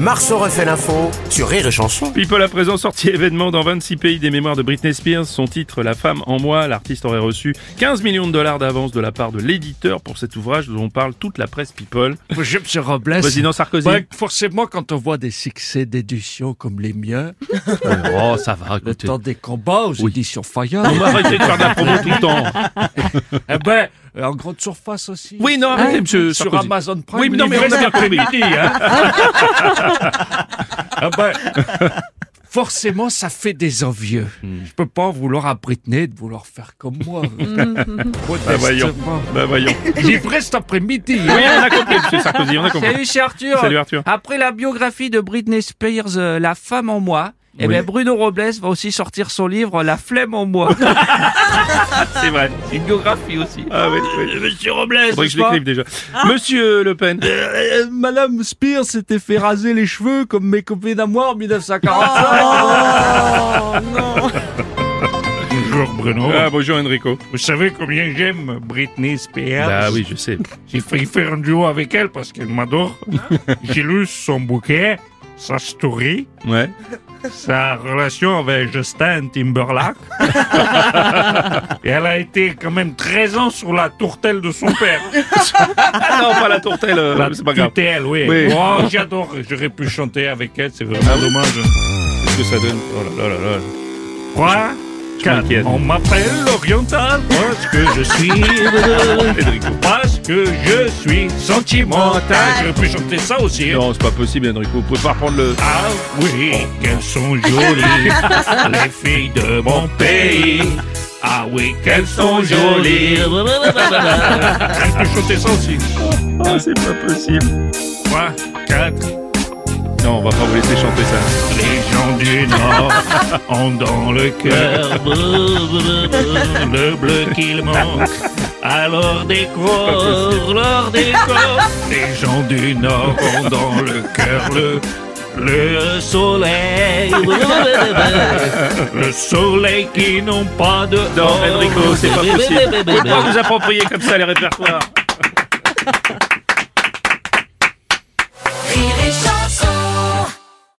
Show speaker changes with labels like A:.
A: Marceau refait l'info sur Rire et Chanson.
B: People à présent sorti événement dans 26 pays des mémoires de Britney Spears. Son titre La femme en moi, l'artiste aurait reçu 15 millions de dollars d'avance de la part de l'éditeur pour cet ouvrage dont parle toute la presse People.
C: Bonjour, Monsieur Robles.
B: Président Sarkozy.
C: Ouais, forcément, quand on voit des succès d'édition comme les miens,
B: Oh, ça va,
C: le
B: écoutez.
C: temps des combats aux éditions Fayard,
B: On va arrêter de faire de la promo tout le temps.
C: eh ben, euh, en grande surface aussi. Hein
B: Oui, non, arrêtez, monsieur
C: Sur
B: Sarkozy.
C: Amazon Prime.
B: Oui, mais non, mais on a bien compris. Ah,
C: Eh ben, forcément, ça fait des envieux.
B: Hmm.
C: Je peux pas en vouloir à Britney de vouloir faire comme moi.
B: Bah voyons.
C: Modestement.
B: Bah voyons.
C: Livré cet après-midi. hein.
B: Oui, on a compris, monsieur Sarkozy, on a compris.
D: Salut, c'est Arthur.
B: Salut, Arthur.
D: Après la biographie de Britney Spears, euh, La femme en moi, eh
B: Oui.
D: ben Bruno Robles va aussi sortir son livre La flemme en moi.
C: Euh,
B: C'est vrai.
D: Une biographie aussi.
B: Ah oui, oui.
D: Monsieur Robles,
B: Faudrait que je l'écrive déjà. Monsieur Le Pen.
C: euh, Madame Spears s'était fait raser les cheveux comme mes copines à moi en 1945.
D: Oh,
E: Bonjour Bruno.
B: Ah, bonjour Enrico.
E: Vous savez combien j'aime Britney Spears
B: Ah oui, je sais.
E: J'ai failli faire un duo avec elle parce qu'elle m'adore. J'ai lu son bouquet, sa story,
B: Ouais.
E: sa relation avec Justin Timberlake. Et elle a été quand même 13 ans sur la tourtelle de son père.
B: Ah non, pas la tourtelle, euh,
E: La
B: c'est pas grave.
E: tutelle, oui.
B: Oui.
E: Oh, j'adore. J'aurais pu chanter avec elle, c'est vraiment dommage.
B: Qu'est-ce que ça donne Oh là là là là.
E: 3,
B: Je
E: 4.
B: m'inquiète.
E: On m'appelle l'oriental parce que je suis...
B: Enrico.
E: Parce que je suis sentimental. J'aurais pu chanter ça aussi. hein.
B: Non, c'est pas possible, Enrico. Vous pouvez pas reprendre le.
E: Ah oui, qu'elles sont jolies, les filles de mon pays. Ah oui, qu'elles sont jolies. J'aurais pu chanter ça aussi.
B: Oh, c'est pas possible.
E: 3, 4.
B: Non, on va pas vous laisser chanter ça.
E: Les gens du Nord ont dans le cœur le bleu qu'il manque. Alors décore, leur décore. Les gens du Nord ont dans le cœur le le soleil, le soleil qui n'ont pas de.
B: Non, Enrico, c'est pas possible. Vous pouvez pas vous approprier comme ça les répertoires.